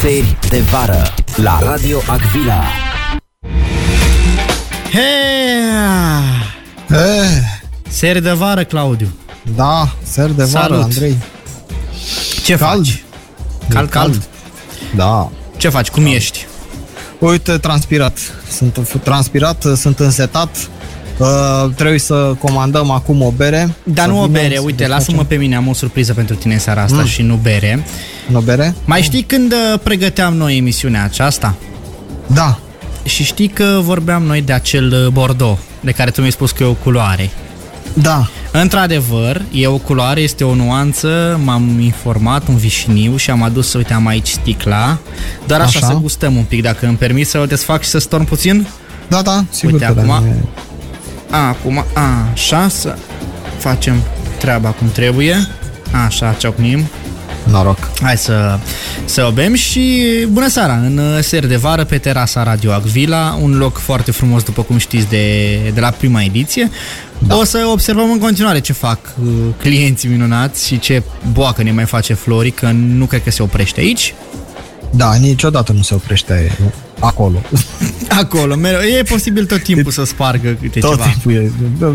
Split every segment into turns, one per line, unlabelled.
Seri de vară la Radio Agvila.
Hea!
E,
Seri de vară, Claudiu.
da, ser de vară,
Salut.
Andrei.
Ce
Cald.
faci? Cald, cald.
Da.
Ce faci? Cum ești?
Uite, transpirat. Sunt f- transpirat, sunt însetat. Uh, trebuie să comandăm acum o bere.
Dar
Să
nu o
vină,
bere,
să
uite,
desfacem.
lasă-mă pe mine, am o surpriză pentru tine în seara asta și nu bere.
O bere?
Mai știi când uh, pregăteam noi emisiunea aceasta?
Da.
Și știi că vorbeam noi de acel uh, bordeaux, de care tu mi-ai spus că e o culoare.
Da.
Într-adevăr, e o culoare, este o nuanță, m-am informat, un vișiniu și am adus, uite, am aici sticla, dar așa,
Așa.
să gustăm un pic, dacă îmi permis să o desfac și să storn puțin.
Da, da, sigur
Uite,
că da,
acum-
e-
A, acum, a, așa, să facem treaba cum trebuie. Așa, ciocnim.
Noroc.
Hai să, să o bem și bună seara în uh, seri de vară pe terasa Radio Agvila, un loc foarte frumos, după cum știți, de, de la prima ediție. Da. O să observăm în continuare ce fac uh, clienții minunați și ce boacă ne mai face Flori, că nu cred că se oprește aici.
Da, niciodată nu se oprește acolo.
Acolo, mereu, e posibil tot timpul să spargă câte
Tot
ceva.
timpul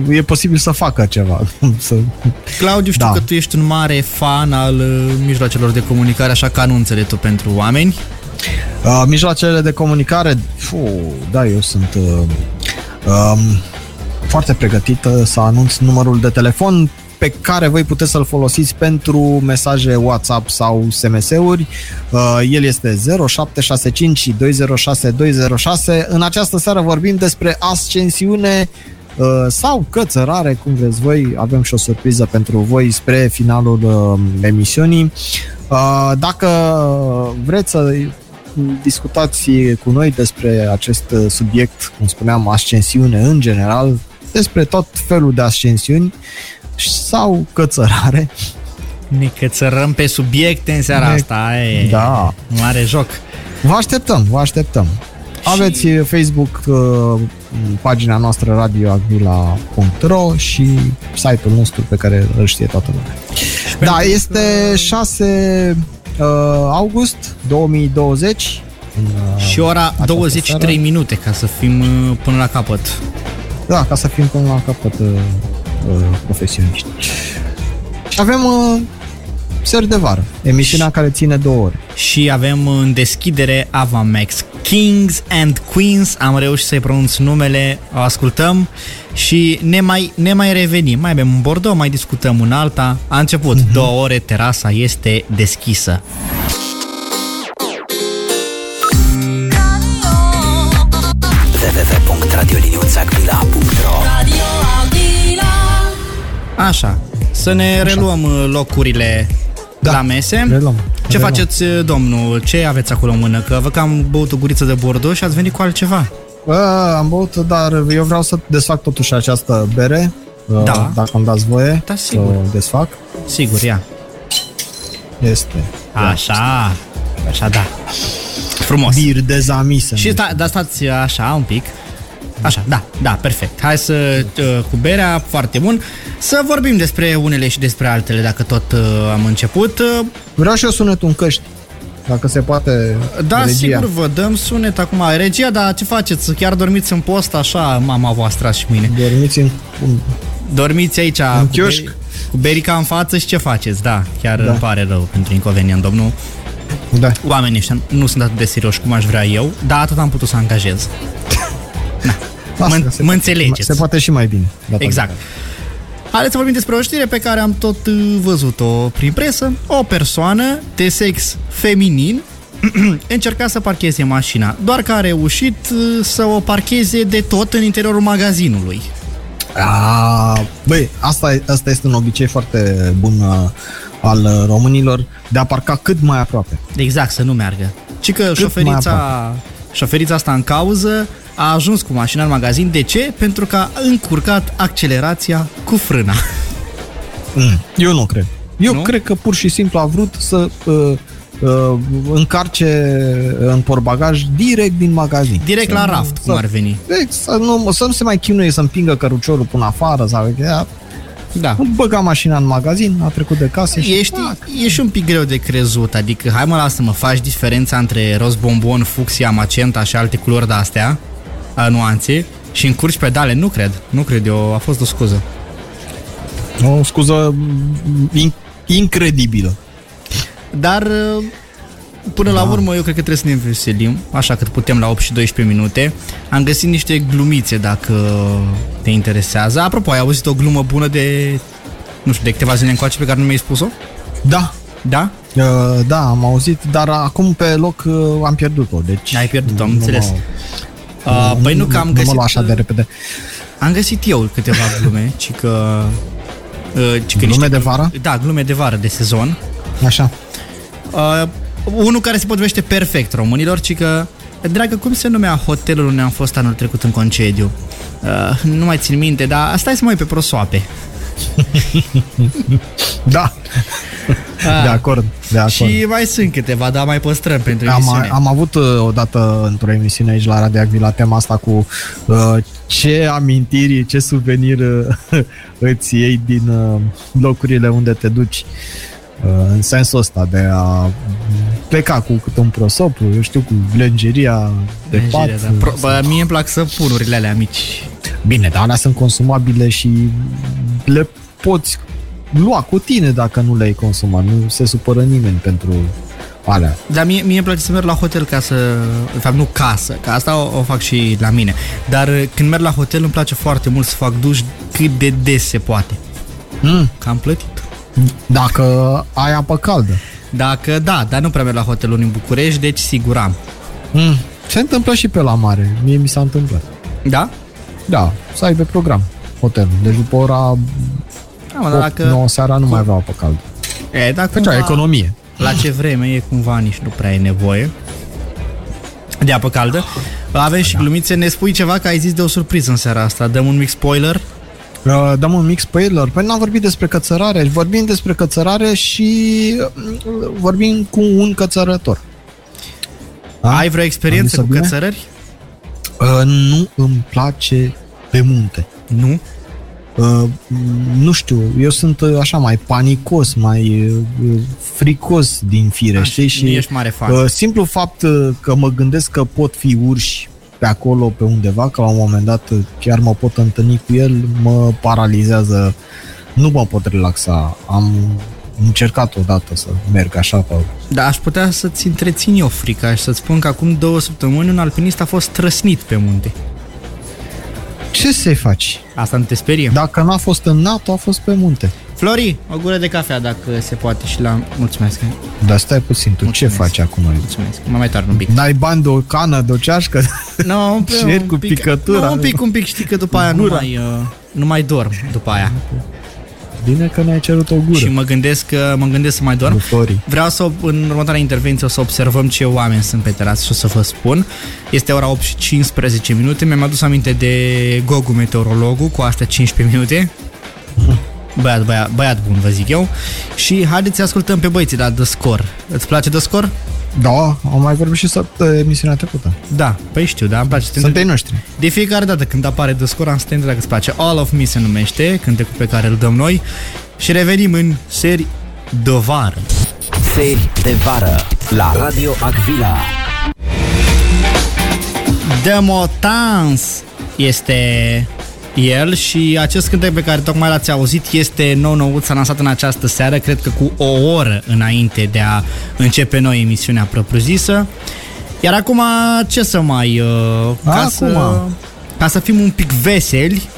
e, e posibil să facă ceva. Să...
Claudiu, știu da.
Da.
că tu ești un mare fan al uh, mijloacelor de comunicare, așa că anunțele tu pentru oameni.
Uh, mijloacele de comunicare, fu, da, eu sunt uh, um, foarte pregătit uh, să anunț numărul de telefon pe care voi puteți să-l folosiți pentru mesaje WhatsApp sau SMS-uri. Uh, El este 0765 și 206 206. În această seară vorbim despre ascensiune uh, sau cățărare, cum vreți voi. Avem și o surpriză pentru voi spre finalul uh, emisiunii. Uh, Dacă vreți să discutați cu noi despre acest uh, subiect, cum spuneam, ascensiune în general, despre tot felul de ascensiuni și- sau cățărare.
Ne cățărăm pe subiecte în seara
Ne-
asta, e
Da.
mare joc.
Vă așteptăm, vă așteptăm. Aveți uh, Facebook, uh, pagina noastră radioagvila.ro și site-ul nostru pe care îl știe toată lumea. Da, este 6 uh, august 2020 în, uh,
Și ora
Această
23
seară.
minute ca să fim uh, până la capăt.
Da, ca să fim până la capăt uh, uh, profesioniști. Și avem uh, Seri de vară, emisiunea care ține două ore.
Și avem uh, în deschidere Avamax Kings and Queens, am reușit să-i pronunț numele, o ascultăm și ne mai, ne mai revenim. Mai avem un Bordeaux, mai discutăm un alta. A început, uh-huh. două ore, terasa este deschisă.
www.radioliniuțagvila.ro
Radio Agila.
Așa, să ne Așa. reluăm uh, locurile da.
Da,
la mese.
reluăm,
Ce
reluăm.
faceți, uh, domnul? Ce aveți acolo în mână? Că vă cam băut o guriță de Bordeaux și ați venit cu altceva.
Uh, am băut, dar eu vreau să desfac totuși această bere, uh,
Da.
dacă îmi dați voie
Da,
să
sigur.
o desfac.
Sigur, ia.
Este
Așa, așa da. Frumos.
bir de zamise.
Și sta, da, stați așa un pic. Așa, da, da, perfect. Hai să, uh, cu berea, foarte bun, să vorbim despre unele și despre altele, dacă tot uh, am început. Uh,
Vreau și eu sunetul în căști, dacă se poate
Da,
regia.
sigur, vă dăm sunet acum. Regia, dar ce faceți? Chiar dormiți în post așa, mama voastră azi și mâine.
Dormiți în...
Dormiți aici cu,
chioșc?
cu berica în față și ce faceți? Da, chiar da.
Da.
îmi pare rău pentru inconvenient, domnul.
Da.
Oamenii ăștia nu sunt atât de serioși cum aș vrea eu, dar atât am putut să angajez.
Asta
Mă-
se
mă
poate-
înțelegeți.
Se poate și mai bine. data
Exact. Haideți să vorbim despre o știre pe care am tot uh, văzut-o prin presă. O persoană de sex feminin încerca să parcheze mașina, doar că a reușit uh, să o parcheze de tot în interiorul magazinului.
A, băi, asta, e- asta este un obicei foarte bun uh, al uh, românilor de a parca cât mai aproape.
Exact, să nu meargă. Ci că
mai
șoferița, șoferița asta în cauză a ajuns cu mașina în magazin. De ce? Pentru că a încurcat accelerația cu frâna.
Mm. Eu nu cred. Eu
Nu?
nu? cred că pur și simplu a vrut să uh, uh, încarce în portbagaj direct din magazin.
Direct la raft, cum ar veni.
Deci, să nu, să nu se mai chinuie să împingă căruciorul până afară sau...
Da.
Îmi băga mașina în magazin, a trecut de casă și...
Ești, ești un pic greu de crezut, adică hai mă lasă mă, faci diferența între roz bombon, fucsia, macenta și alte culori de-astea, a, nuanțe, și încurci pedale, nu cred, nu cred eu, a fost o scuză.
O scuză mm, in- incredibilă.
Dar uh, până la urmă eu cred că trebuie să ne înveselim, așa cât putem la 8 și 12 minute. Am găsit niște glumițe dacă te interesează. Apropo, ai auzit o glumă bună de, nu știu, de câteva zile încoace pe care nu mi-ai spus-o?
Da,
Da?
Uh, da, am auzit, dar acum pe loc uh, am pierdut-o, deci...
Ai pierdut-o, am
nu
înțeles.
mă-
Uh, păi nu că am
Nu
găsit...
mă lua așa de repede.
Am găsit eu câteva glume, ci că... Uh, ci că
Glume de vară?
Da, glume de vară, de sezon.
Așa.
Uh, unul care se potrivește perfect românilor, ci că... Dragă, cum se numea hotelul unde am fost anul trecut în concediu? Uh, nu mai țin minte, dar stai să mă uit pe prosoape.
Da. De acord, de acord.
Ah. Și mai sunt câteva, dar mai păstrăm pentru
am,
emisiune.
am avut uh, odată într-o emisiune aici la Radio Agvila tema asta cu uh, ce amintiri, ce suvenir uh, îți iei din uh, locurile unde te duci uh, în sensul ăsta de a pleca cu cât un prosop, eu știu, cu lenjeria de pat.
Nigeria, da. Pro- bă, mie îmi plac săpunurile alea mici.
Bine, da, dar alea sunt consumabile și le poți lua cu tine dacă nu le-ai consumat. Nu se supără nimeni pentru alea.
Dar mie, mie îmi place să merg la hotel ca să... De fapt, nu casă, că asta o, o fac și la mine. Dar uh, când merg la hotel îmi place foarte mult să fac duș cât de des se poate.
Mm.
Că am plătit.
Dacă ai apă caldă.
Dacă da, dar nu prea merg la hoteluri în București, deci sigur am.
Mm. Se întâmplă și pe la mare. Mie mi s-a întâmplat.
Da?
Da, să ai pe program hotelul. Deci după ora
Da, mă, dar
8,
dacă...
9 seara nu mai avea apă caldă.
E, dacă
Făcea economie.
La ce vreme e cumva nici nu prea e nevoie de apă caldă. Avem
Da.
și glumițe. Ne spui ceva că ai zis de o surpriză în seara asta. Dăm un mic spoiler.
Uh, Dăm un mic spoiler. Păi n-am vorbit despre cățărare. Vorbim despre cățărare și uh, vorbim cu un cățărător. Da?
Ai vreo experiență
Am
cu
zis-o bine?
cățărări?
Uh, nu îmi place pe munte.
Nu.
Uh, nu știu, eu sunt uh, așa mai panicos, mai uh, fricos din fire,
Așa,
știi? Și
Da, nu ești mare fan.
Uh, simplu fapt uh, că mă gândesc că pot fi urși pe acolo, pe undeva, că la un moment dat uh, chiar mă pot întâlni cu el, mă paralizează, nu mă pot relaxa. Am încercat odată să merg așa pe
Dar Da, aș putea să-ți întrețin eu frica și să-ți spun că acum două săptămâni un alpinist a fost trăsnit pe munte.
Ce să-i faci?
Asta nu te sperie?
Dacă n-a fost în NATO, a fost pe munte.
Flori, o gură de cafea dacă se poate și la... Mulțumesc,
Dar stai puțin, tu
Mulțumesc.
ce faci acum?
mulțumesc. Mă mai tarn un pic.
N-ai bani de o cană, de o ceașcă?
No, un pic,
Cer Da. cu
un pic,
picătura.
Nu, un pic, un pic, știi că după aia nu
Gura.
mai, uh, nu mai dorm după aia.
Bine că ne-ai cerut o gură.
Și mă gândesc că mă gândesc să mai dorm.
Lucrătorii.
Vreau să, în următoarea intervenție, o să observăm ce oameni sunt pe terasă și o să vă spun. Este ora 8 și 15 minute. Mi-am adus aminte de Gogu Meteorologul cu astea 15 minute. Băiat, băiat, băiat bun, vă zic eu. Și haideți să ascultăm pe băieții la The Score. Îți place The Score?
Da, am mai vorbit și săpt- emisiunea trecută.
Da, păi știu, da, îmi place. Te
Sunt ei noștri.
De fiecare dată când apare The Score, am să te întreb dacă îți place. All of Me se numește, cântecul pe care îl dăm noi. Și revenim în seri de vară.
Seri de vară la Radio Agvila.
Demotans este el și acest cântec pe care tocmai l-ați auzit este nou nouț, lansat în această seară, cred că cu o oră înainte de a începe noi emisiunea propriu-zisă. Iar acum, ce să mai... uh, Ca,
Acum.
Să, ca să fim un pic veseli,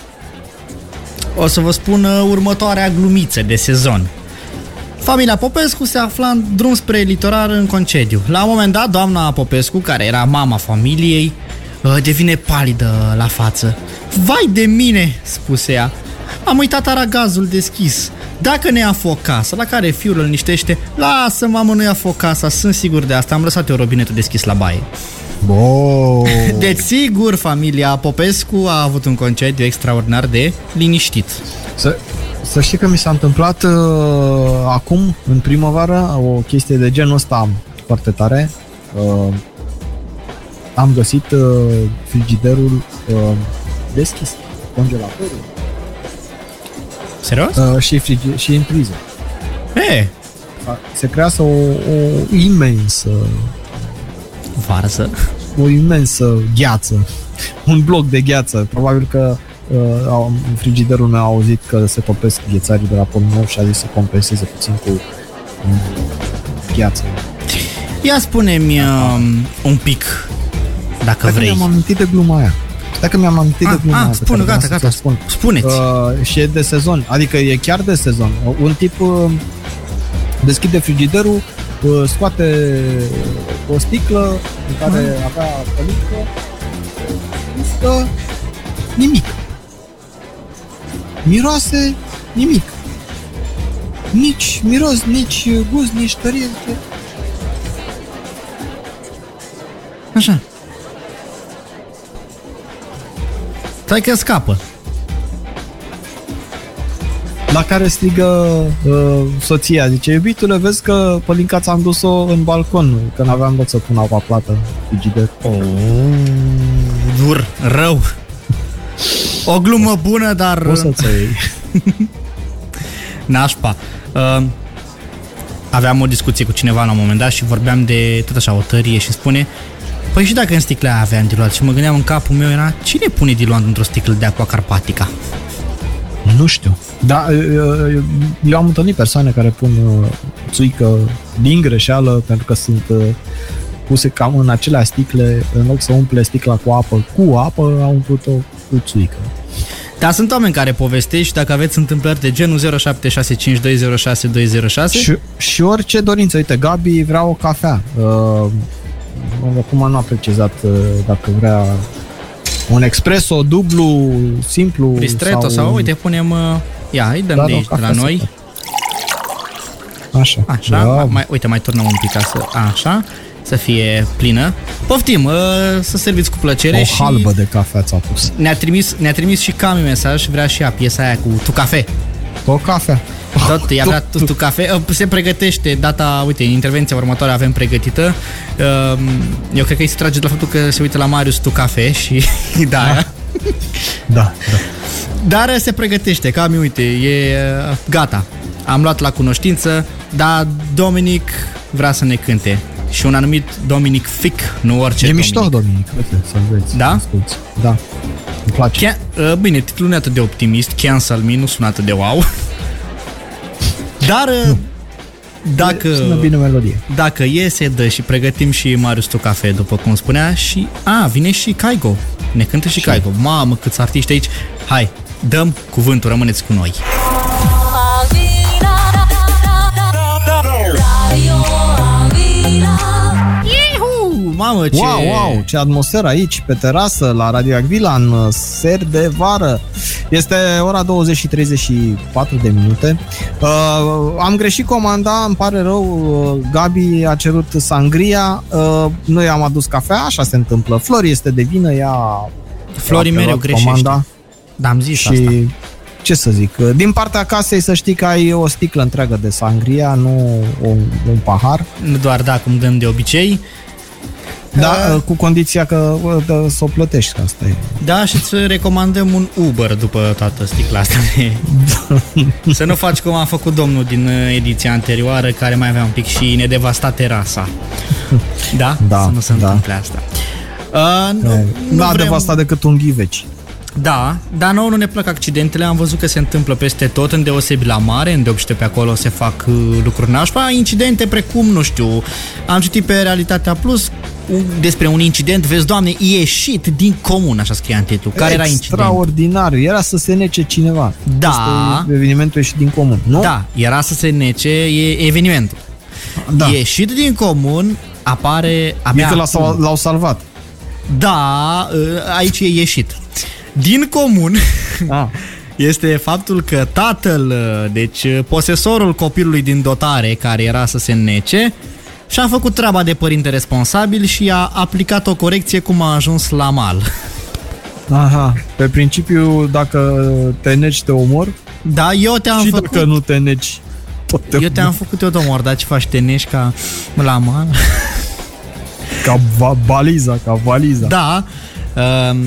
o să vă spun uh, următoarea glumiță de sezon. Familia Popescu se afla în drum spre litoral în concediu. La un moment dat, doamna Popescu, care era mama familiei, uh, devine palidă la față. Vai de mine, spuse ea. Am uitat aragazul deschis. Dacă ne afoc casa, la care fiul îl niștește, lasă mamă, nu-i afoc casa, sunt sigur de asta, am lăsat eu robinetul deschis la baie.
Bo,
Deci sigur, familia Popescu a avut un concediu extraordinar de liniștit.
să, să știi că mi s-a întâmplat uh, acum, în primăvară, o chestie de genul ăsta foarte tare. Uh, am găsit uh, frigiderul uh, deschis, congelatorul.
Serios? Eh,
uh, și, frige- și în priză.
E,
Se creează o, o imensă,
varză.
o imensă gheață, un bloc de gheață. Probabil că uh, au- frigiderul meu a auzit că se topesc ghețarii de la Pornhub și a zis să compenseze puțin cu um, gheață.
Ia spune-mi um, un pic, dacă
Dacă mi-am
vrei.
amintit de gluma aia. Dacă mi-am amintit de
Ah,
gluma
ah,
aia. pe
spune,
care
gata,
vreau să
gata.
ți-o spun.
Spuneți.
Uh, și e de sezon, adică e chiar de sezon. Un tip uh, deschide frigiderul, uh, scoate o sticlă în care avea pălincă, stă nimic. Miroase nimic. Nici miros, nici gust, nici tărie. zice,
Așa. Stai că scapă.
La care strigă uh, soția, zice, iubitule, vezi că pălinca ți-am dus-o în balcon, că n-aveam loc să pun apa plată în frigider.
Oh, dur, rău. O glumă bună, dar
O să-ți o iei.
nașpa. Uh, aveam o discuție cu cineva la un moment dat și vorbeam de tot așa o tărie și spune Păi și dacă în sticla aia aveam diluant și mă gândeam în capul meu era Cine pune diluant într-o sticlă de aqua carpatica?
Nu știu. Da, eu, eu am întâlnit persoane care pun uh, țuică din greșeală pentru că sunt uh, puse cam în acelea sticle, în loc să umple sticla cu apă, cu apă au umplut-o cu țuică.
Dar sunt oameni care povestesc și dacă aveți întâmplări de genul 0765206206
Și, și orice dorință, uite, Gabi vrea o cafea. Uh, acum nu a precizat uh, dacă vrea un expreso, dublu, simplu
Ristretto sau, sau uite, punem... uh, Ia, îi dăm
Da,
de
da,
aici, de la
cafea
noi.
sucre. Așa. Da,
Așa,
Bravo.
mai, mai, uite, mai turnăm un pic ca să... Așa, să fie plină. Poftim, uh, să serviți cu plăcere
O
și...
halbă de cafea ți-a pus.
Ne-a trimis, ne-a trimis și Cami mesaj, vrea și ea piesa aia cu Tu Cafe.
O cafea.
Tot, i-a vrea Tu, tu Cafe. Uh, Se pregătește data, uite, intervenția următoare avem pregătită. Uh, Eu cred că îi se trage de la faptul că se uită la Marius Tu Cafe și
Ah.
da, aia.
Da, da.
Dar uh, se pregătește, cam uite, e uh, gata. Am luat la cunoștință, dar Dominic vrea să ne cânte. Și un anumit Dominic Fic, nu orice
Ce e
Dominic.
mișto, Dominic, uite, să vezi.
Da?
să Asculti. Da. Îmi place.
Can- uh, bine, titlul nu e atât de optimist, Cancel Me, nu sună atât de wow. Dar uh,
Sună
dacă,
bine melodie.
dacă e, se dă și pregătim și Marius Tu Cafe, după cum spunea, și a, vine și Caigo. Ne cântă și Caigo. Mamă, câți artiști aici. Hai, dăm cuvântul, rămâneți cu noi.
Alvila, da, da, da, da, Radio Alvila.
Ihu! Mamă, ce...
Ce... Wow, wow, ce atmosferă aici, pe terasă, la Radio Agvila, în uh, ser de vară. Este ora 20 și 34 de minute. Uh, am greșit comanda, îmi pare rău, uh, Gabi a cerut sangria, uh, noi am adus cafea, așa se întâmplă. Flori este de vină, ea...
Flori
a
mereu
luat
greșește. Dar am zis și...
și
asta.
ce să zic, uh, din partea casei să știi că ai o sticlă întreagă de sangria, nu un, un pahar,
Nu doar da, cum dăm de obicei. Da.
dar cu condiția că uh, dă- să o plătești, că asta e.
Da, și îți recomandăm un Uber după toată sticla asta. De... Să nu faci cum a făcut domnul din uh, ediția anterioară, care mai avea un pic și ne devasta terasa. Da?
Da,
Să nu se
da.
întâmple asta. Uh, nu, nu
Nu a
vrem-
devastat decât un ghiveci.
Da, dar nouă nu ne plac accidentele, am văzut că se întâmplă peste tot, îndeosebi la mare, îndeopște pe acolo se fac uh, lucruri nașpa, incidente precum, nu știu, am citit pe Realitatea Plus un, despre un incident, vezi, doamne, ieșit din comun, așa scria în titlu, care era incident.
Extraordinar, era să se nece cineva.
Da.
Este evenimentul ieșit din comun, nu?
Da, era să se nece e evenimentul.
da.
Ieșit din comun, apare abia
Bine că
acum.
l-au, l-au salvat.
Da, uh, aici e ieșit. Din comun,
Ah.
este faptul că tatăl, deci posesorul copilului din dotare care era să se nece, și-a făcut treaba de părinte responsabil și a aplicat o corecție cum a ajuns la mal.
Aha. Pe principiu, dacă te neci, te omor.
Da, eu te-am
și
făcut...
dacă nu te neci, tot te
Eu te-am făcut eu domor, dar ce faci, te nești ca la mal?
Ca va- baliza, ca valiza.
Da. Um,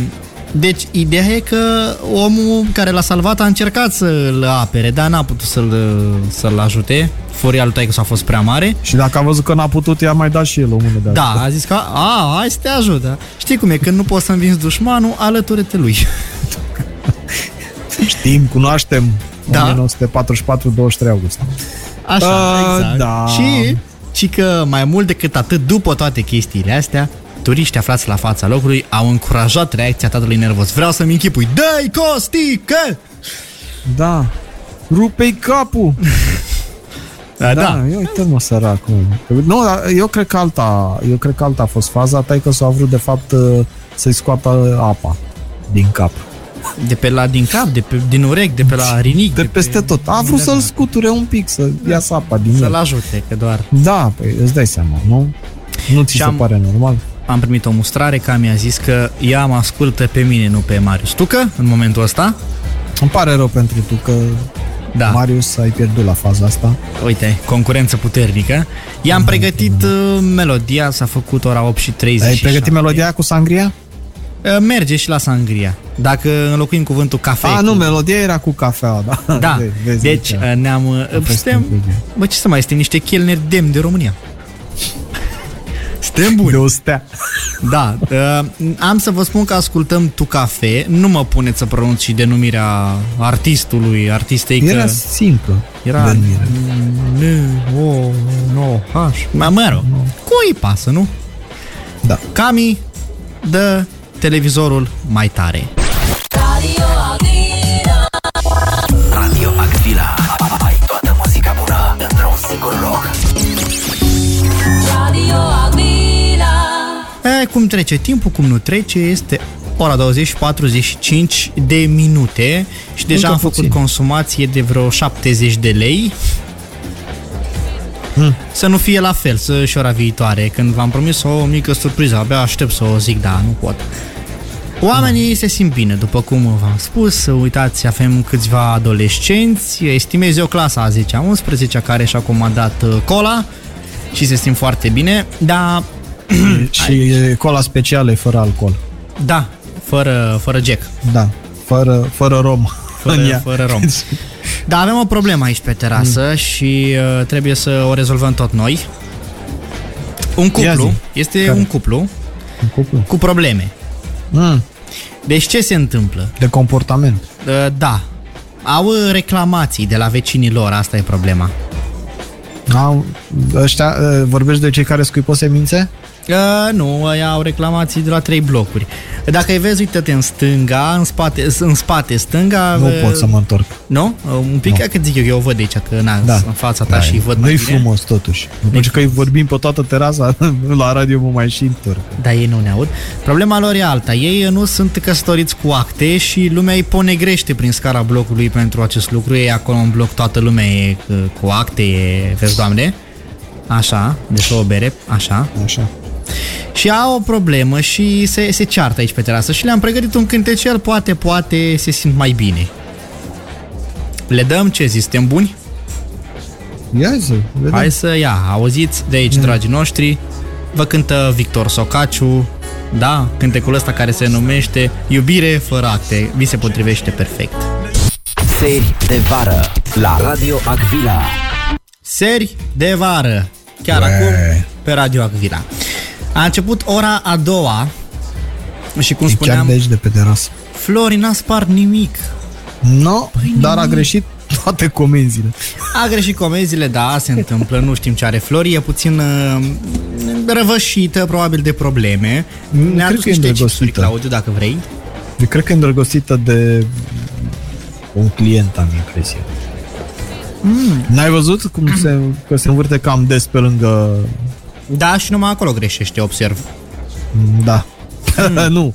Deci, ideea e că omul care l-a salvat a încercat să-l apere, dar n-a putut să-l, să-l ajute. Furia lui taică s-a fost prea mare.
Și dacă a văzut că n-a putut, i-a mai dat și el o mână de
Da, a zis că, a, hai să te ajut. da." Știi cum e, când nu poți să învinzi dușmanul, alătură-te lui.
Știm, cunoaștem
Da.
1944, 23 august.
Așa,
A,
exact.
da.
Și, și că mai mult decât atât, după toate chestiile astea, turiștii aflați la fața locului au încurajat reacția tatălui nervos. Vreau să-mi închipui, dă-i costică!
Da. Rupei capul!
Da, da.
Eu uite mă săracul. Nu, dar eu cred că alta, eu cred că alta a fost faza, tai că s-a vrut de fapt uh, să-i scoată uh, apa din cap.
De pe la din cap, de pe, din urechi, de pe la rinichi,
De peste tot. A vrut să-l scuture un pic, să
Da.
iasă apa din
să-l
el.
ajute, că doar
Da, păi, îți dai seama, nu? Nu ți
Și
se
am-
pare normal?
am primit o mustrare care mi-a zis că ea mă ascultă pe mine, nu pe Marius Tucă, în momentul ăsta.
Îmi pare rău pentru tu că
Da.
Marius ai pierdut la faza asta.
Uite, concurență puternică. I-am pregătit uh, melodia, s-a făcut ora 8 Da, și 30.
Ai pregătit melodia aia cu sangria?
Merge și la sangria. Dacă înlocuim cuvântul cafea.
A,
cu-
Ah, nu, melodia era cu cafea, da.
Da, deci
uite.
uh, ne-am... uh,
fost
Suntem,
incredibil.
bă, ce să mai este niște chelneri demni de România. Suntem buni.
De o stea.
Da, uh, am să vă spun că ascultăm Tu Cafe, nu mă puneți să pronunț și denumirea artistului, artistei
Era
că...
simplă.
Era...
denumire.
N, O, No, H. Mă, mă rog, cui îi pasă, nu?
Da.
Cami, dă televizorul mai tare.
Radio Avila,
Radio Agvila. Ai toată muzica bună într-un singur loc.
Radio Avila,
E, cum trece timpul, cum nu trece, este ora 20-45 de minute și deja
Încă
am făcut
puțin.
consumație de vreo 70 de lei.
Hmm.
Să nu fie la fel să și ora viitoare, când v-am promis o mică surpriză, abia aștept să o zic, dar nu pot. Oamenii se simt bine, după cum v-am spus, uitați, avem câțiva adolescenți, estimez eu clasa a 10-a, 11-a care și-a comandat uh, cola și se simt foarte bine, dar Hmm.
Și e cola specială e fără alcool.
Da, fără, fără Jack.
Da. Fără, fără rom.
Fără,
în ea.
fără rom. Dar Da, avem o problemă aici pe terasă mm. și uh, trebuie să o rezolvăm tot noi. Un
Ia
cuplu,
zi.
este
Care?
un cuplu
În cuplu.
cu probleme.
Mm,
Deci ce se întâmplă?
de comportament.
Uh, da, au uh, reclamații de la vecinii lor, asta e problema.
Au, ăștia, ă, vorbești de cei care scuipă semințe?
Uh, nu, aia au reclamații de la trei blocuri. Dacă îi vezi, uite-te în stânga, în spate, în spate stânga...
Nu
uh,
pot să mă întorc.
Nu? Uh, Un pic, no. că zic eu, eu o văd aici, că na, da.
Da.
în fața ta da, și văd mai
Nu-i
bine.
frumos totuși. După că îi vorbim pe toată terasa, la radio mă mai și întorc.
Dar ei nu ne aud. Problema lor e alta. Ei nu sunt căsătoriți cu acte și lumea îi ponegrește prin scara blocului pentru acest lucru. Ei acolo în bloc toată lumea e uh, cu acte, e, vezi, doamne? Așa, deci o bere, așa.
Așa.
Și au o problemă și se, se ceartă aici pe terasă și le-am pregătit un cântecel, poate, poate se simt mai bine. Le dăm ce zi, suntem buni?
Ia zi, vedem.
Hai să ia, auziți de
Da.
aici, dragii noștri, vă cântă Victor Socaciu, da, cântecul ăsta care se numește Iubire fără acte, vi se potrivește perfect.
Seri de vară la Radio Agvila.
Seri de vară, chiar
Ue.
acum, pe Radio Acvila. A început ora a doua și cum
E chiar
spuneam,
de aici, de pe terasă.
Florin n-a spart nimic.
No,
Păi
dar a greșit toate comenzile.
A greșit comenzile, da, se întâmplă, nu știm ce are Flori, e puțin uh, răvășită, probabil de probleme.
Mm,
Ne-a
cred
adus
că e
niște cituri,
îndrăgostită.
Claudiu, dacă vrei.
Eu cred că e îndrăgostită de un client, am impresia.
Hmm.
Mm. N-ai văzut cum se, că se învârte cam des pe lângă...
Da, și numai acolo greșește, observ.
Da.
Hmm.
Mm. nu.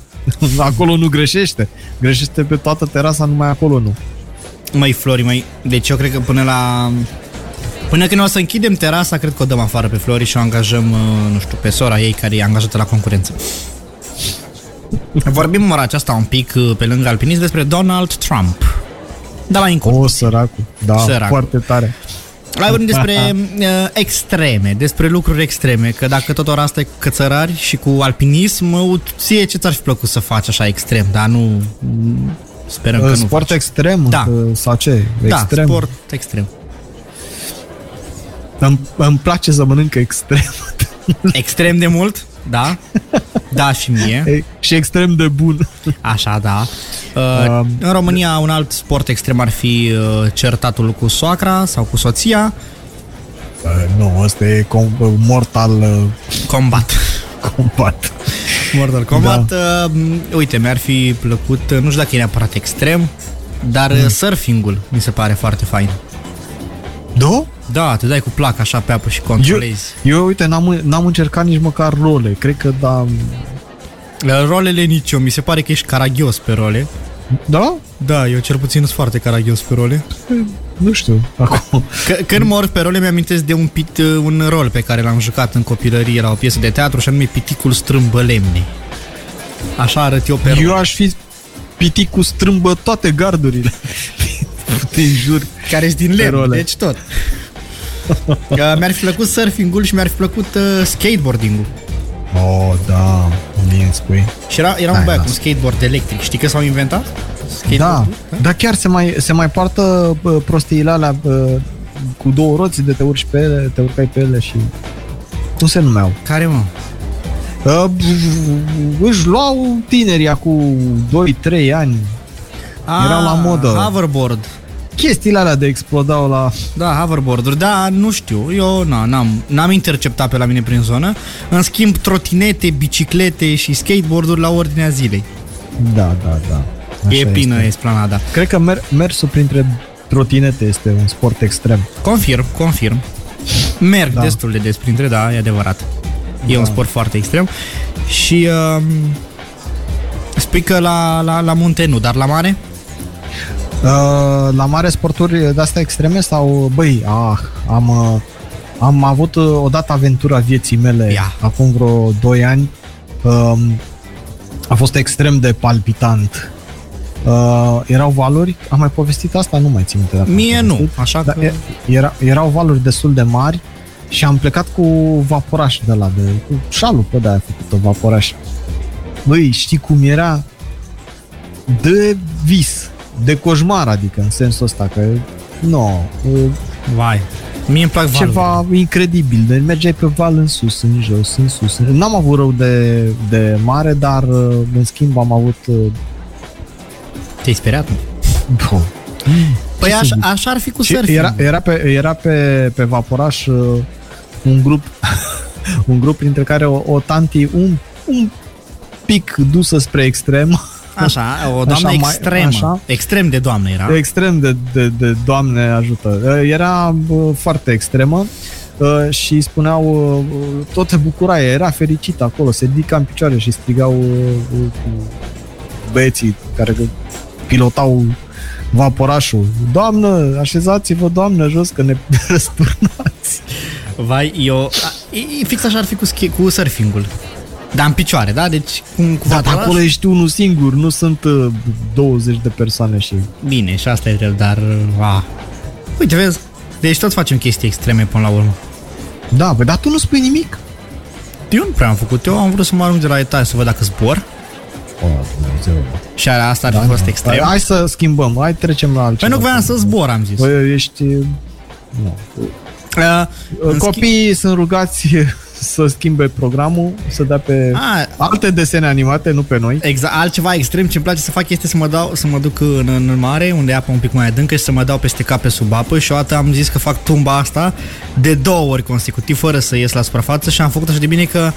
Acolo nu greșește. Greșește pe toată terasa, numai acolo nu.
Măi, Flori, măi, deci eu cred că până la... Până când o să închidem terasa, cred că o dăm afară pe Flori și o angajăm, uh, nu știu, pe sora ei care e angajată la concurență. Vorbim în ora aceasta un pic uh, pe lângă alpinism despre Donald Trump. Da, la încolo.
O, săracul. Da,
Săracul.
Săracu. foarte tare.
Hai vorbim despre uh, extreme, despre lucruri extreme, că dacă tot ora asta e cu cățărari și cu alpinism, mă, ție ce ți-ar fi plăcut să faci așa extrem, dar nu... mm, Sperăm că
Uh,
nu
Sport
faci.
extrem?
Da.
uh, Sau ce? Extrem?
Da, sport extrem.
Îmi, îmi place să mănânc extrem.
Extrem de mult, da. Da și mie,
E- și extrem de bun.
așa, da. Uh,
Um,
în România un alt sport extrem ar fi uh, certatul cu soacra sau cu soția,
Uh, nu, ăsta e com- uh, mortal uh,
combat.
combat.
Mortal Kombat. Da. Uh, uite, mi-ar fi plăcut, uh, nu știu dacă e neapărat extrem, dar mm. surfingul mi se pare foarte fain.
Da?
Da, te dai cu placa așa pe apă și
Eu,
controlezi.
eu, uite, n-am, n-am încercat nici măcar role. Cred că da...
Eu... Rolele nici eu, mi se pare că ești caragios pe role.
Da?
Da, eu cel puțin sunt foarte caragios pe role.
Nu știu. Acum...
C- când mor pe role, mi-amintesc de un, pit, uh, un rol pe care l-am jucat în copilărie la o piesă de teatru și anume Piticul strâmbă lemne. Așa arăt eu pe rol.
Eu aș fi pitit cu strâmbă toate gardurile. Te jur.
care sunt din lemn,
role.
deci tot. Uh, mi-ar fi plăcut surfingul și mi-ar fi plăcut uh, skateboarding-ul.
Oh, da. Bine spui.
Și era, era un
Hai,
băiat cu un
lasă.
skateboard electric. Știi că s-au inventat?
Da,
skateboardul?
dar chiar se mai, se mai poartă bă, prostiile alea bă, cu două roți de te urci pe ele, te urcai pe ele și... Cum se numeau?
Care, mă?
Uh, își luau tinerii cu 2-3 ani.
A,
Erau la modă.
Ah, Hoverboard.
Chestiile alea de explodau la...
Da, hoverboard-uri. Da, nu știu. Eu na, n-am, n-am interceptat pe la mine prin zonă. În schimb, trotinete, biciclete și skateboard-uri la ordinea zilei.
Da, da, da.
Așa e plină este. esplanada.
Cred că mer- mersul printre trotinete este un sport extrem.
Confirm, confirm. Merg da.
Da.
destul de des printre, da, e adevărat. E da. un sport foarte extrem. Și um, spui că la, la, la munte nu, dar la mare?
Uh, la mare sporturi de-astea extreme sau... Băi, ah, am, uh, am avut uh, odată aventura vieții mele
Ia.
acum vreo 2 ani. Um, a fost extrem de palpitant. Uh, erau valuri, am mai povestit asta, nu mai țin minte. dacă am
Mie nu,
povestit.
așa
Da,
că...
e- era, erau valuri destul de mari și am plecat cu vaporaș de la, de, cu șalul pe de-aia făcut vaporaș. Băi, știi cum era? De vis, de coșmar, adică, în sensul ăsta, că nu, no,
Vai, mie îmi plac valurile.
ceva incredibil. De mergeai pe val în sus, în jos, în sus. în- N-am avut rău de, de mare, dar, uh, în schimb, am avut... uh,
Te-ai speriat? nu?
Bă,
Păi
să
așa,
zic?
așa ar fi cu
Și
surfing.
era, era, pe, era pe, pe vaporaș uh, un grup un grup printre care o, o tanti un, un pic dusă spre extrem,
Așa, o doamnă
Așa, mai-
extremă.
așa. Deci-
Extrem de doamnă era.
extrem de, de, de Doamne ajută. Uh, Era uh, foarte extremă uh, și spuneau uh, uh, tot se bucura, ea, era fericită acolo, se ridica în picioare și strigau uh, uh, cu băieții care pilotau vaporașul. Doamnă, așezați-vă, doamnă, jos că ne răsturnați.
Vai, eu... A, e, fix așa ar fi cu, schi- cu surfingul. Dar în picioare, da? Deci cum cu
Da, dar
vaporaș?
acolo ești unul singur, nu sunt uh, 20 de persoane și...
Bine, și asta e drept, dar... A. Uite, vezi? Deci toți facem chestii extreme până la urmă.
Da, bă, dar tu nu spui nimic.
Eu nu prea am făcut. Eu am vrut să mă arunc de la etaj să văd dacă zbor.
O, Oh, Dumnezeu.
Și asta
Da,
ar fi fost extrem.
Păi, Hai să schimbăm, hai trecem la
Păi
altceva.
nu voiam să zbor, am zis.
Bă, ești... Nu.
Uh, în schi-
Copiii sunt rugați să schimbe programul, să dea pe
A,
alte desene animate, nu pe noi.
Exact, altceva extrem ce îmi place să fac este să mă, dau, să mă duc în, în mare, unde e apa un pic mai adâncă și să mă dau peste cap pe sub apă și o dată am zis că fac tumba asta de două ori consecutiv fără să ies la suprafață și am făcut așa de bine că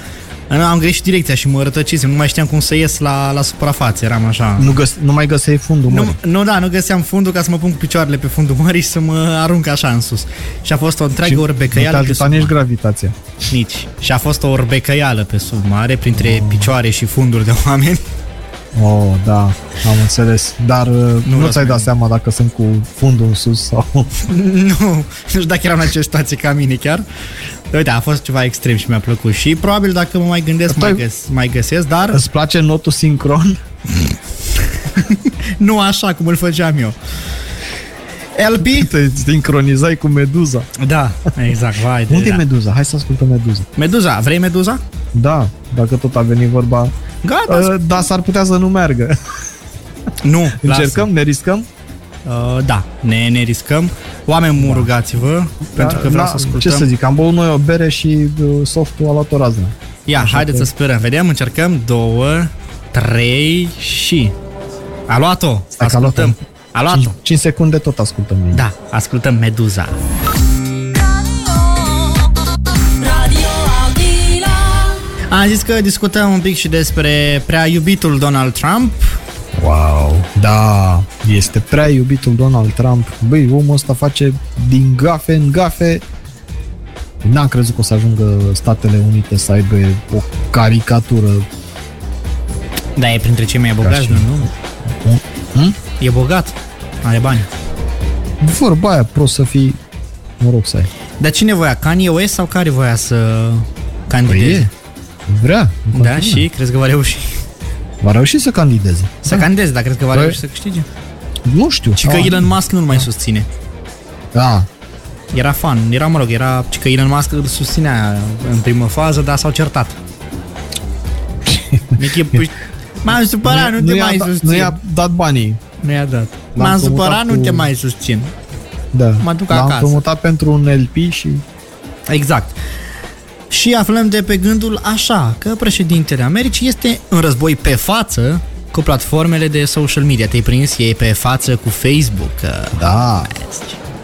am greșit direcția și mă rătăcisem, nu mai știam cum să ies la, la suprafață, eram așa...
Nu, găs- nu mai găseai fundul, mă.
Nu, nu, da, nu găseam fundul ca să mă pun cu picioarele pe fundul mării și să mă arunc așa în sus. Și a fost o întreagă
nu te
orbecăială pe
ajuta
sub
nici gravitația.
nici. Și a fost o orbecăială pe sub mare, printre picioare și funduri de oameni.
Oh, da, am înțeles. Dar nu, nu
răspund.
ți-ai dat seama dacă sunt cu fundul în sus sau...
Nu, nu știu dacă eram în aceeași situație ca mine chiar. Dar Uite, a fost ceva extrem și mi-a plăcut și probabil dacă mă mai gândesc,
Asta
mai,
e-
găs, mai găsesc, dar
Îți place notul sincron?
nu așa cum îl făceam eu. LP?
Te sincronizai cu Meduza.
Da, exact, vai de
Unde e
da.
Meduza? Hai să ascultăm Meduza.
Meduza, vrei Meduza?
Da, dacă tot a venit vorba.
Gata,
Uh, dar s-ar putea să nu meargă.
nu,
Încercăm, ne riscăm?
Lasă. Uh, da, ne, ne riscăm. Oameni buni, rugați-vă, pentru că vreau să ascultăm.
Da. Ce să zic, am băut noi o bere și uh, softul a luat o razna.
Ia, Așa haideți să sperăm. Vedem, încercăm. Două, trei și... A luat-o.
Stai că a luat-o.
Ascultăm. A luat-o.
5 secunde tot ascultăm.
Da, ascultăm Meduza.
Radio Avila,
Am zis că discutăm un pic și despre prea iubitul Donald Trump.
Wow, da, este prea iubitul Donald Trump. Băi, omul ăsta face din gafe în gafe. N-am crezut că o să ajungă Statele Unite să aibă o caricatură.
Da, e printre cei mai bogați,
și-
nu? nu?
Hm?
E bogat, are bani.
Vorba aia, prost să fii, noroc să ai.
Dar cine voia? Kanye West sau care voia să candideze?
Păi Vrea. în
da,
continuare.
și crezi că va reuși
Va reuși să candideze.
să candideze, dar crezi că va
Păi-
reuși să câștige?
Nu știu. Ah,
Și că Elon Musk nu-l mai susține.
Da,
Era fan, era, mă rog, era ci că Elon Musk îl susținea în primă fază, dar s-au certat. Nichi, păi, m-am supărat, nu, nu te
i-a
mai
dat-
susțin.
Nu i-a dat banii.
nu i-a dat. M-am
împrumutat
supărat, nu
cu-
te mai susțin.
Da.
Mă duc
L-am
acasă.
împrumutat pentru un LP și...
Exact. Și aflăm de pe gândul așa, că președintele Americii este în război pe față cu platformele de social media. Te-ai prins ei pe față cu Facebook. că-
Da.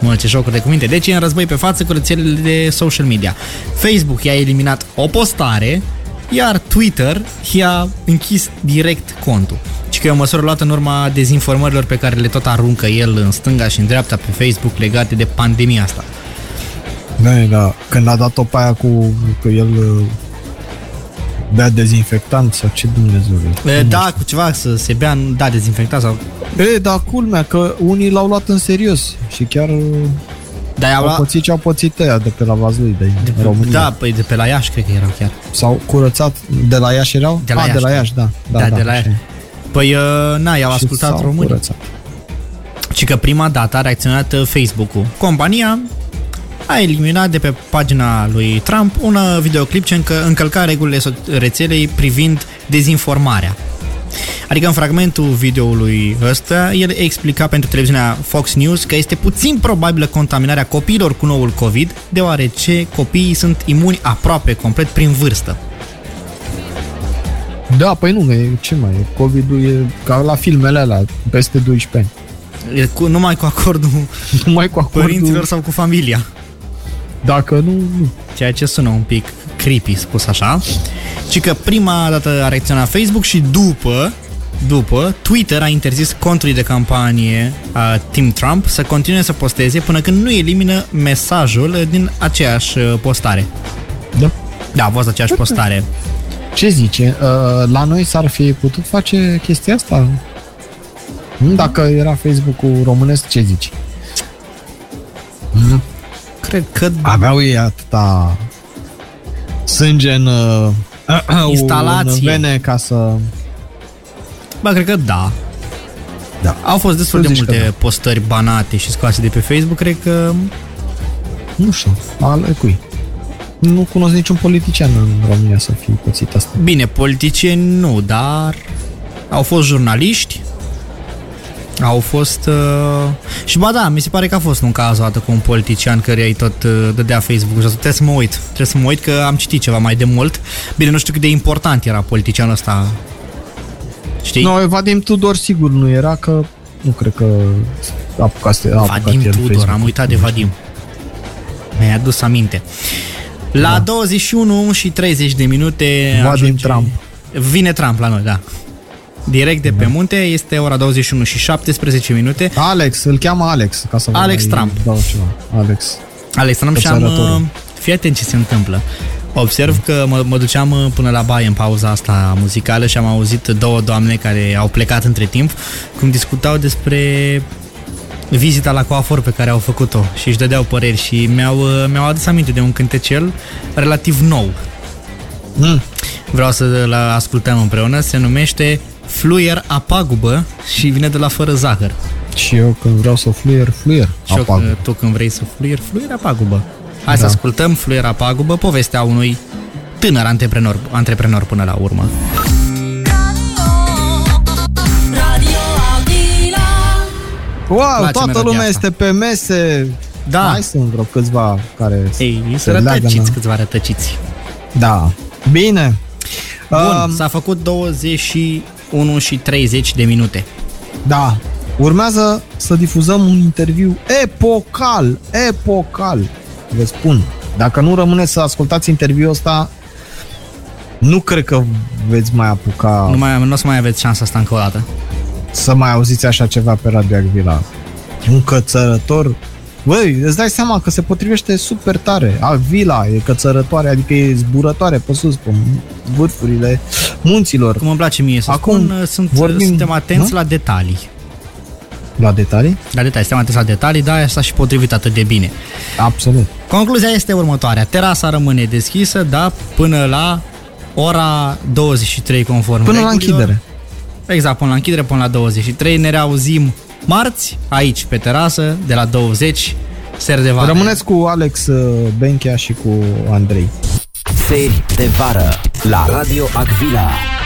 Multe jocuri de cuvinte. Deci e în război pe față cu rețelele de social media. Facebook i-a eliminat o postare, iar Twitter i-a închis direct contul. Și că e o măsură luată în urma dezinformărilor pe care le tot aruncă el în stânga și în dreapta pe Facebook legate de pandemia asta.
Da, da. Când a dat-o pe aia cu... Că el uh, bea dezinfectant sau ce Dumnezeu.
E, Da, cu ceva să se bea, da, dezinfectat sau...
E, dar culmea că unii l-au luat în serios și chiar uh,
Da, i-au
au
luat...
pățit ce au pățit ăia de pe la Vazlui de,
de-
de România.
Da, păi de pe la Iași cred că erau chiar.
S-au curățat de la Iași erau?
De la
A, de
Iași.
la Iași, da. Da,
Da,
da,
de la
așa.
Iași. Păi, uh, na, i-au
Și
ascultat
s-au
românii.
curățat.
ci că prima dată a reacționat uh, Facebook-ul. Compania a eliminat de pe pagina lui Trump un uh, videoclip ce încă încălca regulile so- rețelei privind dezinformarea. Adică în fragmentul videoului ăsta, el explica pentru televiziunea Fox News că este puțin probabilă contaminarea copiilor cu noul COVID, deoarece copiii sunt imuni aproape complet prin vârstă.
Da, păi nu, e, ce mai e? COVID-ul e ca la filmele alea, peste 12 ani.
E Cu, numai cu acordul
Numai cu acordul,
părinților sau cu familia.
dacă nu, nu.
ceea ce sună un pic creepy spus așa, ci că prima dată a reacționat Facebook și după, după, Twitter a interzis contul de campanie a Tim Trump să continue să posteze până când nu elimină mesajul uh, din aceeași uh, postare.
Da.
Da, a fost aceeași postare.
Ce zice? Uh, La noi s-ar fi putut face chestia asta? Mm, Dacă era Facebook-ul românesc, ce zici? Mm,
Cred că
Aveau ei atâta sânge în, uh,
Instalație.
în vene ca să...
Ba, cred că da.
Da.
Au fost destul
Tu
de
zici că
multe da. postări banate și scoase de pe Facebook, cred că
Nu știu, ale cui? Nu cunosc niciun politician în România să fi pățit asta.
Bine, politicieni nu, dar au fost jurnaliști, au fost... Uh... Și ba da, mi se pare că a fost un caz o dată cu un politician care îi tot uh, dădea Facebook și a zis, trebuie să mă uit, trebuie să mă uit că am citit ceva mai de mult. Bine, nu știu cât de important era politicianul ăsta, știi?
No, Vadim Tudor sigur nu era că nu cred că a apucat, să- a apucat
Vadim
el
Tudor,
Facebook.
am uitat de Vadim. Mi-ai adus aminte. La da. 21 și 30 de minute
Vadim
ajunge-
Trump.
Vine Trump la noi, da. Direct de pe munte, este ora 21 și 17 minute.
Alex, îl cheamă Alex, ca să vă
Alex
mai
Trump.
Dau ceva. Alex.
Alexandru și am...
Observatorul.
uh, Fii atent ce se întâmplă. Observ că mă, mă duceam uh, până la baie în pauza asta muzicală și am auzit două doamne care au plecat între timp cum discutau despre vizita la coafor pe care au făcut-o și își dădeau păreri și mi-au, uh, mi-au adus aminte de un cântecel relativ nou.
Mm.
Vreau să-l ascultăm împreună, se numește Fluier a pagubă și vine de la Fără Zahăr.
Și eu când vreau să fluier, fluier.
Și eu,
Apag.
uh, tu când vrei să fluier, fluiera pagubă. Hai da. să
Da.
ascultăm fluiera pagubă, povestea unui tânăr antreprenor, antreprenor până la urmă.
Radio Avila,
Wow,
place
toată
melodia
lumea
asta.
este pe mese.
Da.
Mai sunt vreo câțiva care
Ei,
se
să
leagă.
rătăciți câțiva rătăciți.
Da. Bine.
Bun,
Um,
s-a făcut 21 și 30 de minute.
Da. Urmează să difuzăm un interviu epocal, epocal, vă spun. Dacă nu rămâneți să ascultați interviul ăsta, nu cred că veți mai apuca
Nu, mai, nu o să mai aveți șansa asta încă o dată.
să mai auziți așa ceva pe Radio Agvila. Un cățărător Băi, îți dai seama că se potrivește super tare. Avila e cățărătoare, adică e zburătoare pe sus, pe vârfurile munților.
Cum îmi place mie să
Acum
spun, uh, sunt,
vorbim,
suntem atenți
nu?
la detalii.
La detalii?
La detalii, suntem atenți la detalii, dar s-a și potrivit atât de bine.
Absolut.
Concluzia este următoarea. Terasa rămâne deschisă, da, până la ora 23 conform
Până la
regulilor.
închidere.
Exact, până la închidere, până la 23. Ne reauzim marți, aici, pe terasă, de la 20, ser de vară.
Rămâneți cu Alex uh, Benchea și cu Andrei.
Seri de vară la Radio Agvila.